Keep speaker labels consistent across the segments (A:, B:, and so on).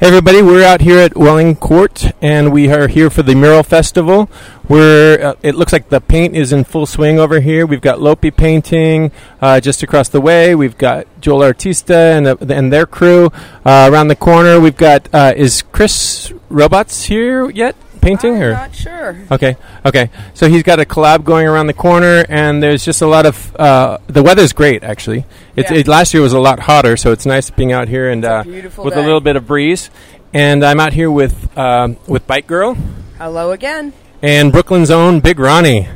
A: Hey everybody, we're out here at Welling Court and we are here for the Mural Festival. We're, uh, it looks like the paint is in full swing over here. We've got Lopi painting uh, just across the way. We've got Joel Artista and, uh, and their crew. Uh, around the corner, we've got, uh, is Chris Robots here yet painting?
B: I'm
A: or?
B: not sure.
A: Okay, okay. So he's got a collab going around the corner, and there's just a lot of. Uh, the weather's great, actually. It's,
B: Yeah.
A: it, last year was a lot hotter, so it's nice being out here and
B: It's a
A: uh,
B: beautiful
A: with a
B: day.
A: little bit of breeze. And I'm out here with um, with Bike Girl
B: Hello again.
A: and Brooklyn's own Big Ronnie.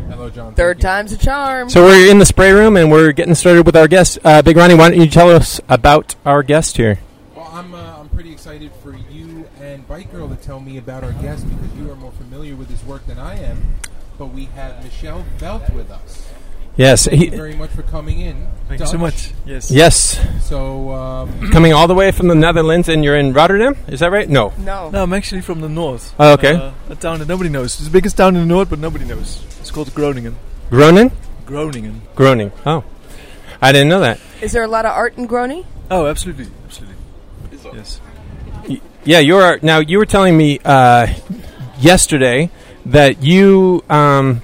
B: Third time's a charm.
A: So we're in the spray room, and we're getting started with our guest, uh, Big Ronnie. Why don't you tell us about our guest here?
C: Well, I'm, uh, I'm pretty excited for you and Bike Girl to tell me about our guest because you are more familiar with his work than I am. But we have Michelle Belt with us.
A: Yes,
C: Thank you
A: he-
C: very much for coming in.
D: Thank you so
C: Dutch.
D: much. Yes.
A: yes,
C: So, um,
A: coming all the way from the Netherlands, and you're in Rotterdam. Is that right? No.
B: no.
D: No, I'm actually from the north.
A: Oh, okay.
D: Uh, a town that nobody knows. It's the biggest town in the north, but nobody knows. It's called Groningen.
A: Groningen?
D: Groningen.
A: Groningen. Oh, I didn't know that.
B: Is there a lot of art in Grony?
D: Oh, absolutely, absolutely. Yes.
A: Yeah, you're now. You were telling me uh, yesterday that you um,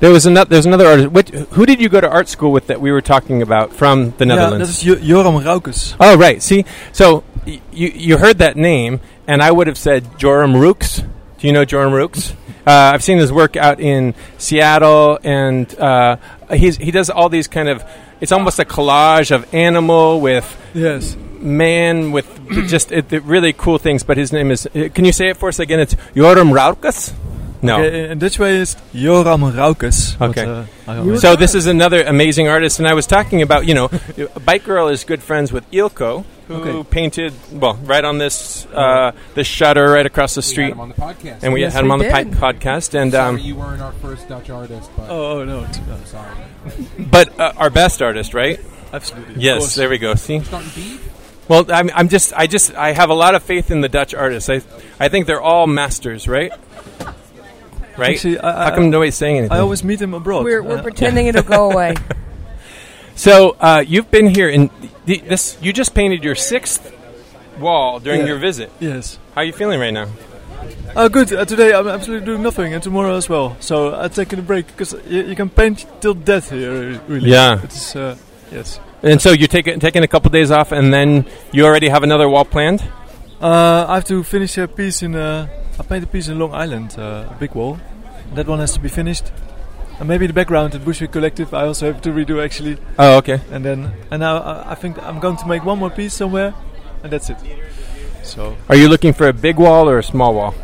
A: there was another there's another artist. Which, who did you go to art school with that we were talking about from the
D: Yeah, that
A: Netherlands?
D: is Jo- Joram Raukes.
A: oh, right. See, so y- you you heard that name, and I would have said Joram Rooks. Do you know Joram Rooks? Uh, I've seen his work out in Seattle, and uh, he's he does all these kind of. It's almost a collage of animal with
D: Yes.
A: man with just it, the really cool things. But his name is. uh, Can you say it for us again? It's Joram Raukas. No.
D: Okay, in Dutch way is Joram Raukes. but,
A: Oh. Okay.
D: uh, I always-
A: So this is another amazing artist, and I was talking about you know, Bike Girl is good friends with Ilko, who
D: Okay.
A: painted well right on this uh, this shutter right across the
C: we had
A: street,
C: him on the podcast.
A: and we
B: Yes,
A: had him
B: we
A: on the
B: did.
A: pi- podcast, and
C: sorry
A: um,
C: you weren't our first Dutch artist, but
D: oh, oh, no. it's- uh,
C: I'm sorry.
A: but uh, our best artist, right?
D: absolutely. of
A: Yes,
D: course.
A: there we go. See,
C: Starting beef?
A: well, I'm, I'm just I just I have a lot of faith in the Dutch artists. I I think they're all masters, right? Right?
D: Actually, I- I-
A: How come nobody's saying anything?
D: I always meet him abroad.
B: We're, we're
D: Uh,
B: pretending it'll go away.
A: So uh, you've been here, and th- this you just painted your sixth wall during
D: Yeah.
A: your visit.
D: Yes.
A: How are you feeling right now?
D: Oh, good. Uh, today I'm absolutely doing nothing, and tomorrow as well. So I'm taking a break because you, you can paint till death here. Really.
A: Yeah.
D: It's uh, yes.
A: And so you're taking taking a couple days off, and then you already have another wall planned.
D: Uh, I have to finish a piece in. Uh, I paint a piece in Long Island, uh, a big wall. That one has to be finished, and maybe the background at Bushwick Collective I also have to redo actually.
A: Oh, okay.
D: And then and now uh, I, I think I'm going to make one more piece somewhere, and that's it. So
A: Are you looking for a big wall or a small wall?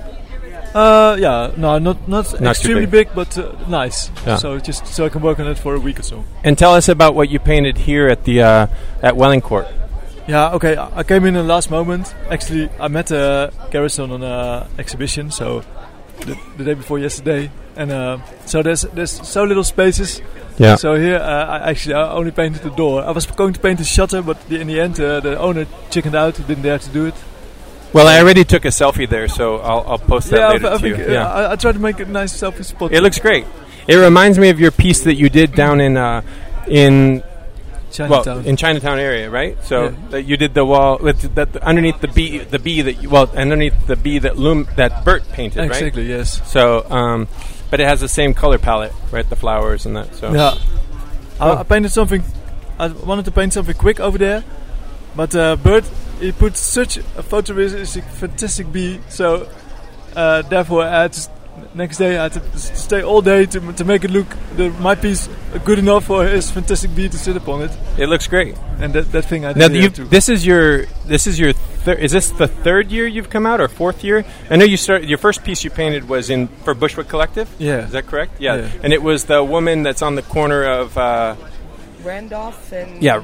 D: uh, yeah, no, not not,
A: too
D: extremely big, but uh, nice.
A: Yeah.
D: So just so I can work on it for a week or so.
A: And tell us about what you painted here at the uh, at Welling Court.
D: Yeah, okay. I I came in the last moment. Actually, I met uh, Garrison on an exhibition, so the, the day before yesterday, and uh, so there's there's so little spaces.
A: Yeah.
D: So here, uh, I actually I only painted the door. I was going to paint the shutter, but the, in the end, uh, the owner chickened out. He didn't dare to do it.
A: Well, I already took a selfie there, so I'll, I'll post that
D: yeah, I-
A: later
D: I,
A: to you.
D: think uh, I, I tried to make a nice selfie spot.
A: it looks great. It reminds me of your piece that you did down in uh, in well
D: Chinatown.
A: in Chinatown area, right? So
D: Yeah.
A: that you did the wall with that underneath the bee, the bee that you, well underneath the bee that loom that Bert painted, right?
D: exactly. Yes.
A: So, um, but it has the same color palette, right? The flowers and that. So
D: Yeah. I,
A: Oh.
D: I painted something. I wanted to paint something quick over there, but uh, Bert he put such a photorealistic, fantastic bee. So uh, therefore, I had to, s- next day I had to s- stay all day to, m- to make it look the, my piece good enough for his fantastic bee to sit upon it.
A: it looks great.
D: And that, that thing I did
A: Now,
D: here
A: you,
D: too.
A: this is your this is your thir- is this the third year you've come out or fourth year? I know you started your first piece you painted was in for Bushwick Collective.
D: yeah.
A: Is that correct? Yeah.
D: Yeah.
A: And it was the woman that's on the corner of uh,
B: Randolph and
A: Yeah.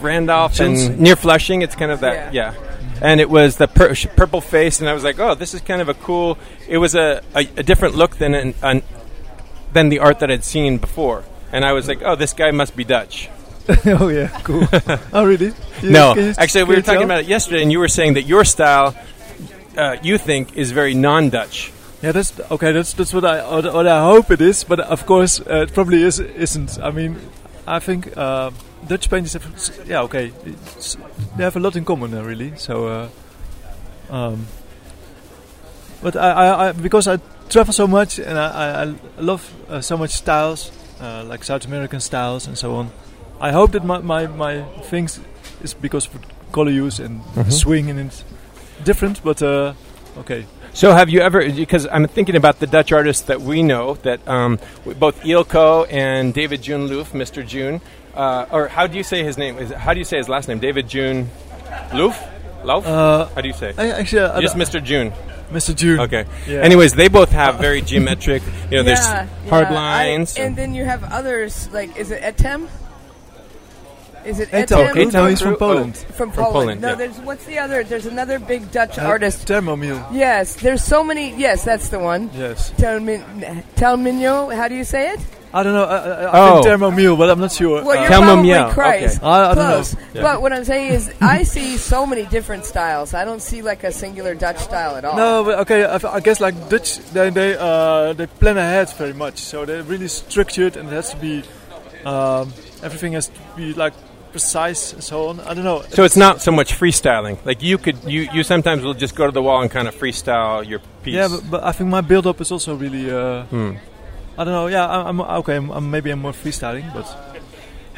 A: Randolph and
D: Johnson.
A: near Flushing. It's kind of that, yeah. And it was the pur- sh- purple face, and I was like, oh, this is kind of a cool. It was a, a, a different look than an, an, than the art that I'd seen before, and I was like, oh, this guy must be Dutch.
D: oh yeah, cool. oh really? You-
A: no,
D: can you s-
A: actually, we
D: can
A: were
D: you
A: talking
D: tell?
A: about it yesterday, and you were saying that your style, uh, you think, is very non-Dutch.
D: Yeah, that's okay. That's that's what I what, what I hope it is, but of course uh, it probably is isn't. I mean, I think uh, Dutch painters have s- yeah okay, it's, they have a lot in common uh, really. So uh, Um, but I, I, I, because I travel so much and I, I, I love uh, so much styles, uh, like South American styles and so on, I hope that my, my, my things is because of color use and
A: Mhm.
D: swing and it's different, but uh, okay.
A: So, have you ever? Because I'm thinking about the Dutch artists that we know, that um, w- both Ilko and David June Loof, Mr. June, uh, or how do you say his name? Is it- how do you say his last name? David June Loof, Loof.
D: Uh,
A: how do you say?
D: I actually, I
A: Just
D: don't-
A: Mr. June.
D: Mr. June.
A: Okay.
D: Yeah.
A: Anyways, they both have very geometric. You know, there's
B: yeah,
A: hard
B: yeah. I-
A: lines.
B: and then you have others like is it Etem? Is it
D: Etem.
B: Etem?
D: Etem
A: Etem
D: is from
A: Crew-
D: Poland.
B: from Poland.
A: Poland,
B: no,
A: yeah.
B: there's what's the other? There's another big Dutch
D: Uh,
B: artist.
D: Thermomil.
B: Yes, there's so many. Yes, that's the one.
D: Yes.
B: Telmin, Telminyo, how do you say it?
D: I don't know. I, I, I
A: Oh.
D: think Thermomil, but I'm not sure.
B: Well,
D: Uh,
B: you're
A: Telmin
B: probably
A: Yao,
B: Christ.
D: okay. Oh, I- I don't know.
B: Close.
A: Yeah.
B: But what I'm saying is, I see so many different styles. I don't see like a singular Dutch style at all.
D: Uh, No, but okay. I, I guess like Dutch, they they uh, they plan ahead very much, so they're really structured, and it has to be um, everything has to be like precise and so on. I don't know.
A: so it's not so much freestyling. Like you could, you you sometimes will just go to the wall and kind of freestyle your piece.
D: Yeah, but, but I think my build-up is also really. Uh,
A: Hmm.
D: I don't know. Yeah, I, I'm okay. I'm, I'm maybe I'm more freestyling, but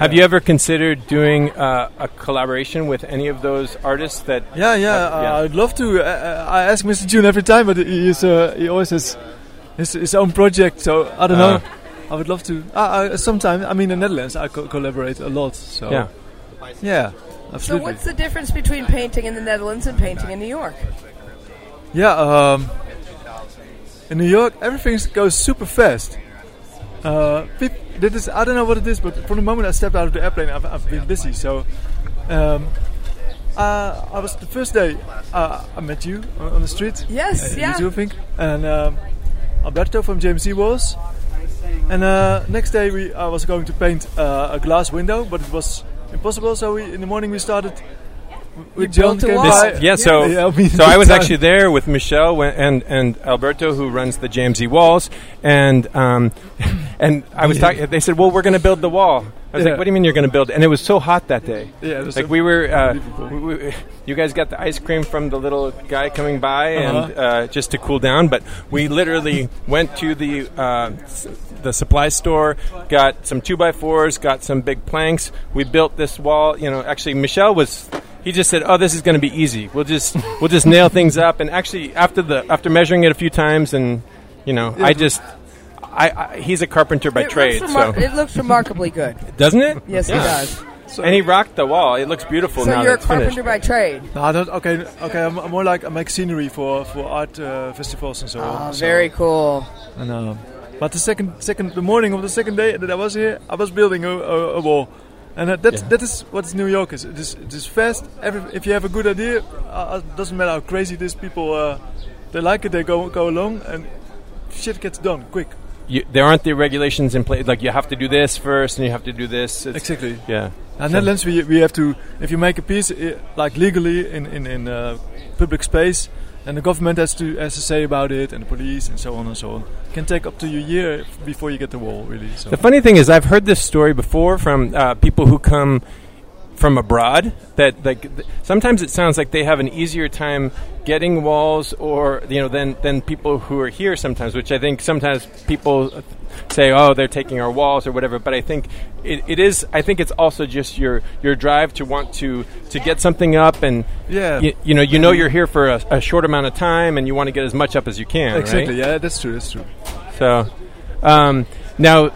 A: Have you ever considered doing uh, a collaboration with any of those artists that?
D: yeah, yeah.
A: Uh, yeah.
D: I- I'd love to. Uh, uh, I ask Mr. June every time, but he is uh, he always has his, his own project. So I don't
A: Uh.
D: know. I would love to. Uh, I, sometimes I mean, in the Netherlands, I co- collaborate a lot. So
A: Yeah.
D: yeah,
B: So
D: absolutely.
B: what's the difference between painting in the Netherlands and painting in New York?
D: Yeah, um, in New York, everything goes super fast. Uh, peop- that is, I don't know what it is, but from the moment I stepped out of the airplane, I've, I've been busy. So, um, uh, I was the first day uh, I met you on, on the street.
B: Yes,
D: uh,
B: yeah.
D: You too, I think. And um, Alberto from JMC was. And uh, next day, we I was going to paint uh, a glass window, but it was impossible. So we, in the morning, we started. We
B: built a wall.
A: This,
B: Uh,
A: yeah, so
D: Yeah, I mean,
A: so I was
D: time.
A: actually there with Michelle when, and and Alberto, who runs the Jamesy Walls, and um, and I was talking. They said, "Well, we're going to build the wall." I was
D: Yeah.
A: like, "What do you mean you're going to build?" it?" And it was so hot that day.
D: Yeah, it was
A: like
D: so
A: we were. Uh,
D: unbelievable.
A: we, we, you guys got the ice cream from the little guy coming by, and
D: Uh-huh.
A: uh, just to cool down. But we literally went to the uh, s- the supply store, got some two by fours, got some big planks. We built this wall. You know, actually, Michelle was. He just said, "Oh, this is going to be easy. We'll just we'll just nail things up." And actually, after the after measuring it a few times, and you know, I just. I, I, he's a carpenter by
B: it,
A: trade,
B: looks remar-
A: so
B: it looks remarkably good.
A: doesn't it?
B: Yes,
A: Yeah.
B: it does.
A: And he rocked the wall. It looks beautiful now.
B: So you're a
A: that it's finished.
B: carpenter by trade.
D: No, I don't. Okay, okay. I'm, I'm more like I make scenery for for art uh, festivals and so
B: Ah,
A: Oh,
D: on. so-
B: very cool.
D: And, um, but the second second the morning of the second day that I was here, I was building a, a, a wall, and that that,
A: Yeah.
D: that is what New York is. It is, it is fast. Every, if you have a good idea, uh, it doesn't matter how crazy these people. Uh, they like it. They go go along and shit gets done quick.
A: you, there aren't the regulations in place. Like you have to do this first, and you have to do this. It's,
D: Exactly.
A: yeah,
D: In Netherlands, we, we have to if you make a piece i like legally in in, in uh, public space, and the government has to has to say about it, and the police, and so on and so on. can take up to a year f- before you get the wall, really. So.
A: The funny thing is, I've heard this story before from uh, people who come from abroad. That like th- sometimes it sounds like they have an easier time getting walls, or you know, than than people who are here sometimes. Which I think sometimes people say, "Oh, they're taking our walls" or whatever. But I think it, it is. I think it's also just your your drive to want to to get something up and.
D: yeah,
A: You, you know, you know you're here for a, a short amount of time, and you want to get as much up as you can.
D: exactly.
A: right?
D: Yeah, that's true. That's true.
A: So, um, now,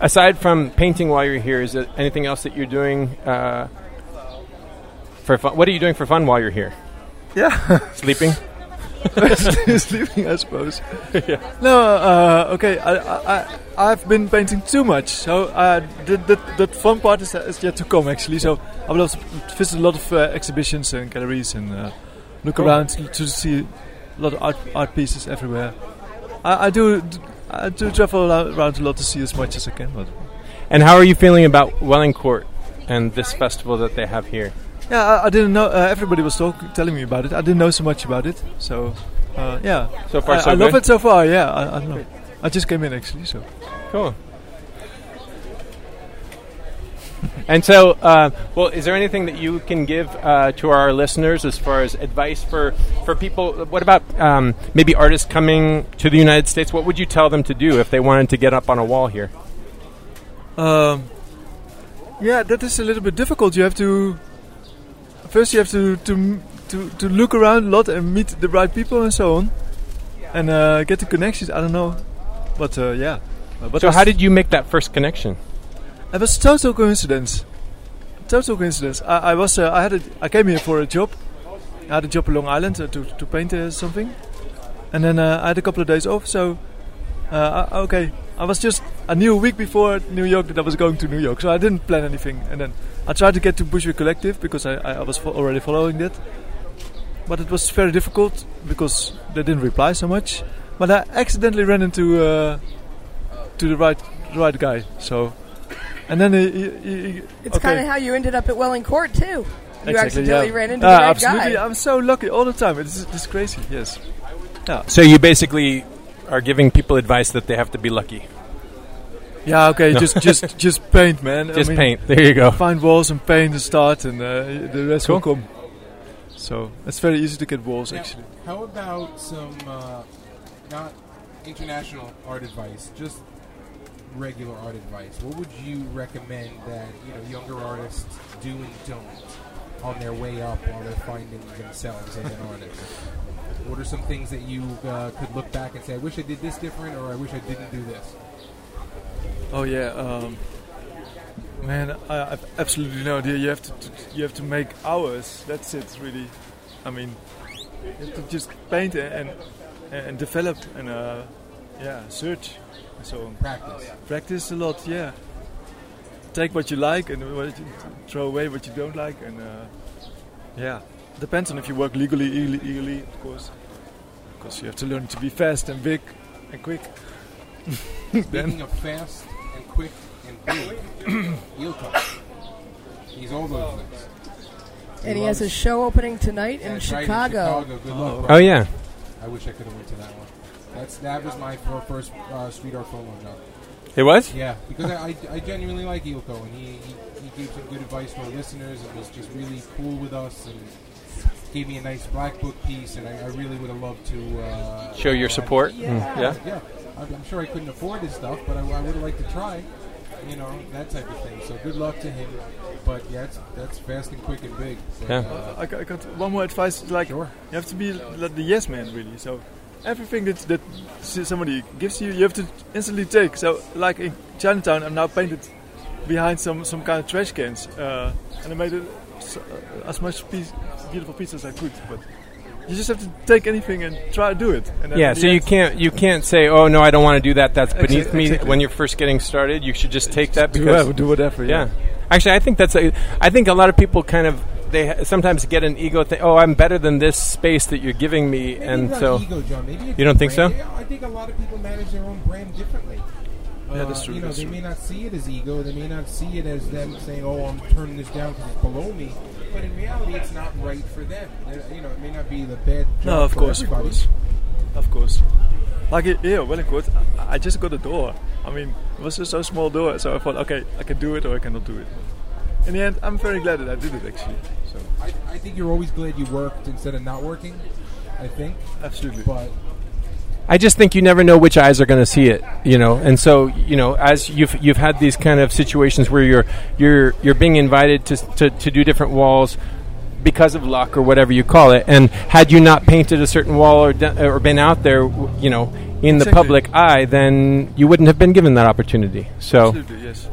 A: aside from painting while you're here, is there anything else that you're doing uh, for fun? What are you doing for fun while you're here?
D: Yeah,
A: Sleeping?
D: sleeping, I suppose. No, uh, okay. I, I I- I've been painting too much, so uh, the, the the fun part is, is yet to come actually. So I will also visit a lot of uh, exhibitions and galleries and uh, look
A: Cool.
D: around to, to see a lot of art art pieces everywhere. I, I do. d- I do travel a- around a lot to see as much as I can, but
A: And how are you feeling about Welling Court and this festival that they have here?
D: yeah, I, I didn't know. Uh, everybody was talking, telling me about it. I didn't know so much about it, so uh, yeah.
A: So far,
D: I,
A: so
D: I
A: good.
D: love it so far. Yeah, I, I don't know. I just came in actually, so
A: Cool. And so, uh, well, is there anything that you can give uh, to our listeners as far as advice for, for people? What about um, maybe artists coming to the United States? What would you tell them to do if they wanted to get up on a wall here?
D: Um, yeah, that is a little bit difficult. You have to first you have to to m- to, to look around a lot and meet the right people and so on, and uh, get the connections. I don't know, but uh, yeah. Uh, But
A: so,
D: was-
A: how did you make that first connection?
D: It was total coincidence. Total coincidence. I, I was uh, I had a, I came here for a job. I had a job in Long Island uh, to to paint uh, something, and then uh, I had a couple of days off. So uh, I, okay, I was just I knew a week before New York that I was going to New York, so I didn't plan anything. And then I tried to get to Bushwick Collective because I I, I was fo- already following that, but it was very difficult because they didn't reply so much. But I accidentally ran into uh, to the right right guy. So. And then he, he, he-
B: It's
D: okay.
B: kind of how you ended up at Welling Court too. You
D: Exactly,
B: accidentally
D: yeah.
B: ran into
D: Ah,
B: the right
D: absolutely.
B: guy.
D: I'm so lucky all the time. It's, it's crazy. Yes.
A: So, you basically are giving people advice that they have to be lucky.
D: Yeah. Okay. Just just just paint, man.
A: Just paint. There you go.
D: Find walls and paint and start, and uh, the rest will come. So it's very easy to get walls
C: Now,
D: actually.
C: how about some uh, not international art advice, just regular art advice? What would you recommend that you know younger artists do and don't on their way up while they're finding themselves as an artist? What are some things that you uh, could look back and say, "I wish I did this different," or "I wish I didn't do this"?
D: Oh yeah. Um, man, I, I've absolutely no idea. You have to, to you have to make hours. That's it, really. I mean, you have to just paint and and, and develop and uh, yeah, search and so on.
A: Oh,
C: Practice.
D: practice a lot yeah take what you like and what you, throw away what you don't like and uh, yeah depends on if you work legally illegally, illegally of course because you have to learn to be fast and big and quick
C: Speaking of fast and quick and big, Ilka. He's all those things.
B: And he has a show opening tonight in
C: That's right,
B: Chicago.
C: Chicago. Good luck.
A: Oh, yeah.
C: I wish I could have went to that one. That's that was my fir- first uh, street art promo job.
A: It was?
C: Yeah, because I, I, I genuinely like Ilko, and he, he, he gave some good advice to our listeners, and was just really cool with us, and gave me a nice black book piece, and I, I really would have loved to uh,
A: Show your
C: uh,
A: support. Mm,
C: Yeah,
A: yeah.
C: yeah. I'm, I'm sure I couldn't afford his stuff, but I, I would have liked to try. You know that type of thing. So good luck to him. But yeah, it's, that's fast and quick and big. But,
A: Yeah.
C: uh,
D: I, got- I got one more advice like
C: Sure.
D: you have to be like the yes man really so everything that, that s- somebody gives you you have to instantly take so like in Chinatown I'm now painted behind some, some kind of trash cans uh, and I made it s- uh, as much piece, beautiful piece as I could but you just have to take anything and try to do it and then
A: Yeah,
D: in the
A: so you
D: end-
A: can't you can't say, "Oh no, I don't want to do that. That's
D: Exact-
A: beneath me."
D: exactly.
A: When you're first getting started, you should just take that
D: do,
A: because
D: whatever- do whatever
A: yeah. Actually, I think that's a, I think a lot of people kind of they ha- sometimes get an ego thing. Oh, I'm better than this space that you're giving me,
C: Maybe
A: and
C: not
A: so
C: ego, John. Maybe it's
A: You don't think
C: brand.
A: so?
C: Yeah, I think a lot of people manage their own brand differently.
D: Yeah,
C: Uh,
D: that's true,
C: You know,
D: that's
C: they
D: true.
C: may not see it as ego. They may not see it as them saying, "Oh, I'm turning this down because it's below me." But in reality, it's not right for them. They're- you know, it may not be the bad. job
D: No, of
C: for
D: course, of
C: everybody.
D: course, of course. Like he- here, well, good. I, I just got a door. I mean, it was just a small door, so I thought, okay, I can do it or I cannot do it. In the end, I'm very glad that I did it actually. So
C: I, I think you're always glad you worked instead of not working. I think,
D: absolutely.
C: but
A: I just think you never know which eyes are going to see it, you know. And so, you know, as you've you've had these kind of situations where you're you're you're being invited to to, to do different walls because of luck or whatever you call it. And had you not painted a certain wall or done, or been out there, w- you know, in the
D: Exactly.
A: public eye, then you wouldn't have been given that opportunity. So,
D: Absolutely, yes.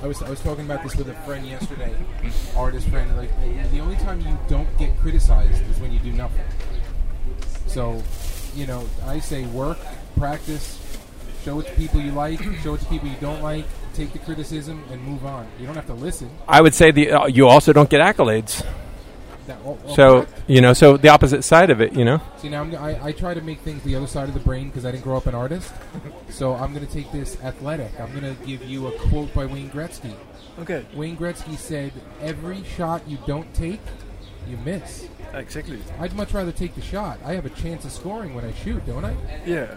C: I was, I was talking about this with a friend yesterday, artist friend. Like the only time you don't get criticized is when you do nothing. So, you know, I say work, practice, show it to people you like, show it to people you don't like, take the criticism and move on. You don't have to listen.
A: I would say the uh, you also don't get accolades.
C: That, all, all
A: So, you know, so the opposite side of it, you know.
C: See now, I'm, I, I try to make things the other side of the brain because I didn't grow up an artist. so I'm going to take this athletic. I'm going to give you a quote by Wayne Gretzky.
D: Okay,
C: Wayne Gretzky said, "Every shot you don't take, you miss."
D: exactly.
C: I'd much rather take the shot. I have a chance of scoring when I shoot, don't I?
D: Yeah.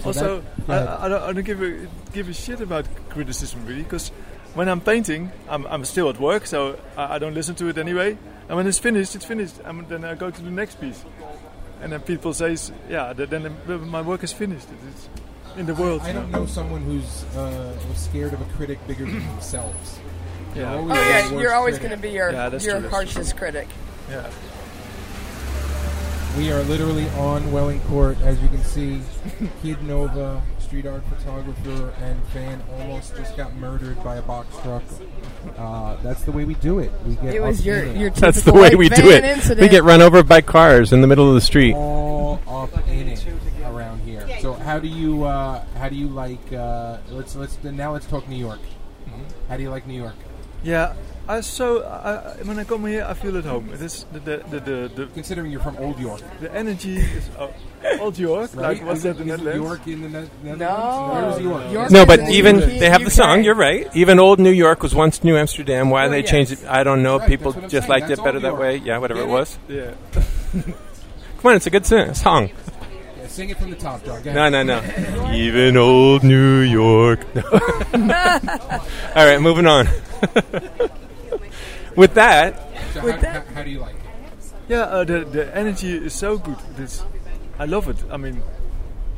C: So
D: Also,
C: that- go ahead.
D: I, I don't, I don't give a give a shit about criticism really, because when I'm painting, I'm, I'm still at work, so I, I don't listen to it anyway. And when it's finished, it's finished. And then I go to the next piece. And then people say, yeah, th- then the- my work is finished. It- It's in the world.
C: I
D: you
C: don't know someone who's uh, was scared of a critic bigger than themselves. They're
D: Yeah.
B: Oh,
C: always
B: yeah,
C: the worst
B: you're always
C: critic.
B: going to be your
D: Yeah, that's
B: your
D: true, that's
B: harshest critic.
D: Yeah.
C: We are literally on Welling Court, as you can see. Kid Nova, street art photographer and fan, almost just got murdered by a box truck. Uh, that's the way we do it. We get
B: It was
C: up
B: your
C: in
B: your typical
A: That's the way
B: white
A: we do
B: van
A: it.
B: Incident.
A: We get run over by cars in the middle of the street.
C: all up in it around here. So how do you uh, how do you like? Uh, let's let's now let's talk New York. How do you like New York?
D: Yeah. I, so I, I- when I come here, I feel at home. It is the, the, the, the, the,
C: Considering you're from Old York,
D: the energy is uh, old York.
C: right?
D: Like, what's
C: Isn't-
D: that in the
C: isn't York
D: Netherlands?
C: in the Ne- Netherlands?
B: No.
C: Where's York?
B: York
A: No,
B: is
A: but
B: in
A: even
B: UK.
A: they have the song. You're right. Even old New York was once New Amsterdam. Why
B: Oh,
A: they
B: yes.
A: changed it, I don't know.
C: Right,
A: People
C: that's what I'm
A: just
C: saying.
A: liked
C: That's
A: it better
C: old
A: that
C: York.
A: way. Yeah, whatever
C: Get
A: it
C: it?
A: was.
D: Yeah.
A: Come on, it's a good sing- song.
C: Yeah, sing it from the top, John. Go ahead.
A: No, no, no. Even old New York. All right, moving on. With that,
C: So
B: With
C: how,
B: that-
C: how, how do you like it?
D: Yeah, uh, the the energy is so good. This, I love it. I mean,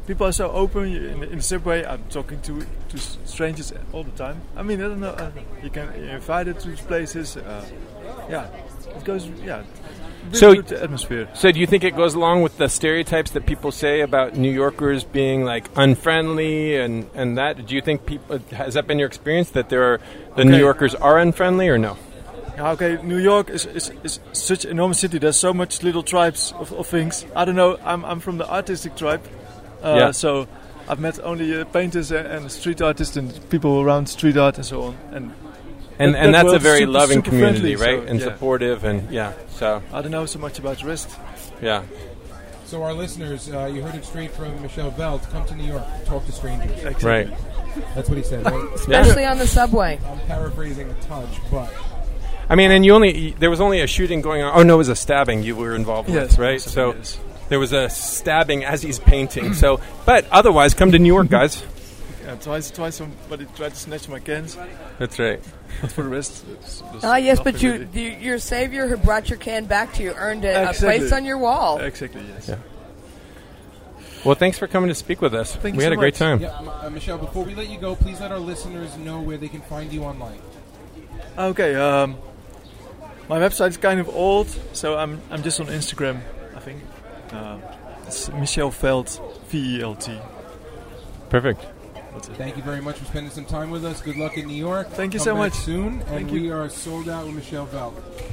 D: people are so open you- in, in the subway. I'm talking to to s- strangers all the time. I mean, I don't know. Uh, you can you're invited to places. Uh, yeah, it goes. Yeah, really
A: So-
D: good atmosphere.
A: so do you think it goes along with the stereotypes that people say about New Yorkers being like unfriendly and and that? Do you think people has that been your experience that there are the New
D: Okay.
A: Yorkers are unfriendly or no?
D: Yeah, okay, New York is, is, is such an enormous city. There's so much little tribes of, of things. I don't know. I'm, I'm from the artistic tribe, uh,
A: Yeah.
D: so I've met only uh, painters and, and street artists and people around street art and so on. And
A: And
D: That-
A: and
D: that
A: that's a
D: world's
A: very
D: super-
A: loving
D: super
A: community,
D: friendly,
A: right?
D: so,
A: and
D: yeah.
A: supportive and yeah. So,
D: I don't know so much about the rest.
A: yeah.
C: So our listeners, uh, you heard it straight from Michelle Veld. Come to New York, talk to strangers.
A: Right.
C: That's what he said. Right?
B: especially on the subway.
C: I'm paraphrasing a touch, but
A: I mean, and you only there was only a shooting going on. Oh no, it was a stabbing you were involved
D: Yes,
A: with, right?
D: something,
A: So
D: yes.
A: there was a stabbing as he's painting. so, but otherwise, come to New York, guys.
D: Yeah, twice, twice somebody tried to snatch my cans.
A: That's right.
D: But for the rest, it's- there's
B: Ah, yes,
D: nothing
B: but you,
D: really.
B: you, your savior who brought your can back to you earned a, a
D: Exactly.
B: place on your wall.
D: Exactly. Yes.
A: Yeah. Well, thanks for coming to speak with us.
D: Thank you
A: we had
D: so
A: a great
D: much.
A: time.
C: yeah, M- uh, Michelle. Before we let you go, please let our listeners know where they can find you online.
D: Okay. Um, my website is kind of old, so I'm I'm just on Instagram. I think uh, it's Michel Veld, V E L T.
A: Perfect.
D: That's it.
C: Thank you very much for spending some time with us. Good luck in New York.
D: Thank you
C: Come
D: so
C: back
D: much.
C: Soon, and
D: Thank you.
C: we are sold out with Michelle Veld.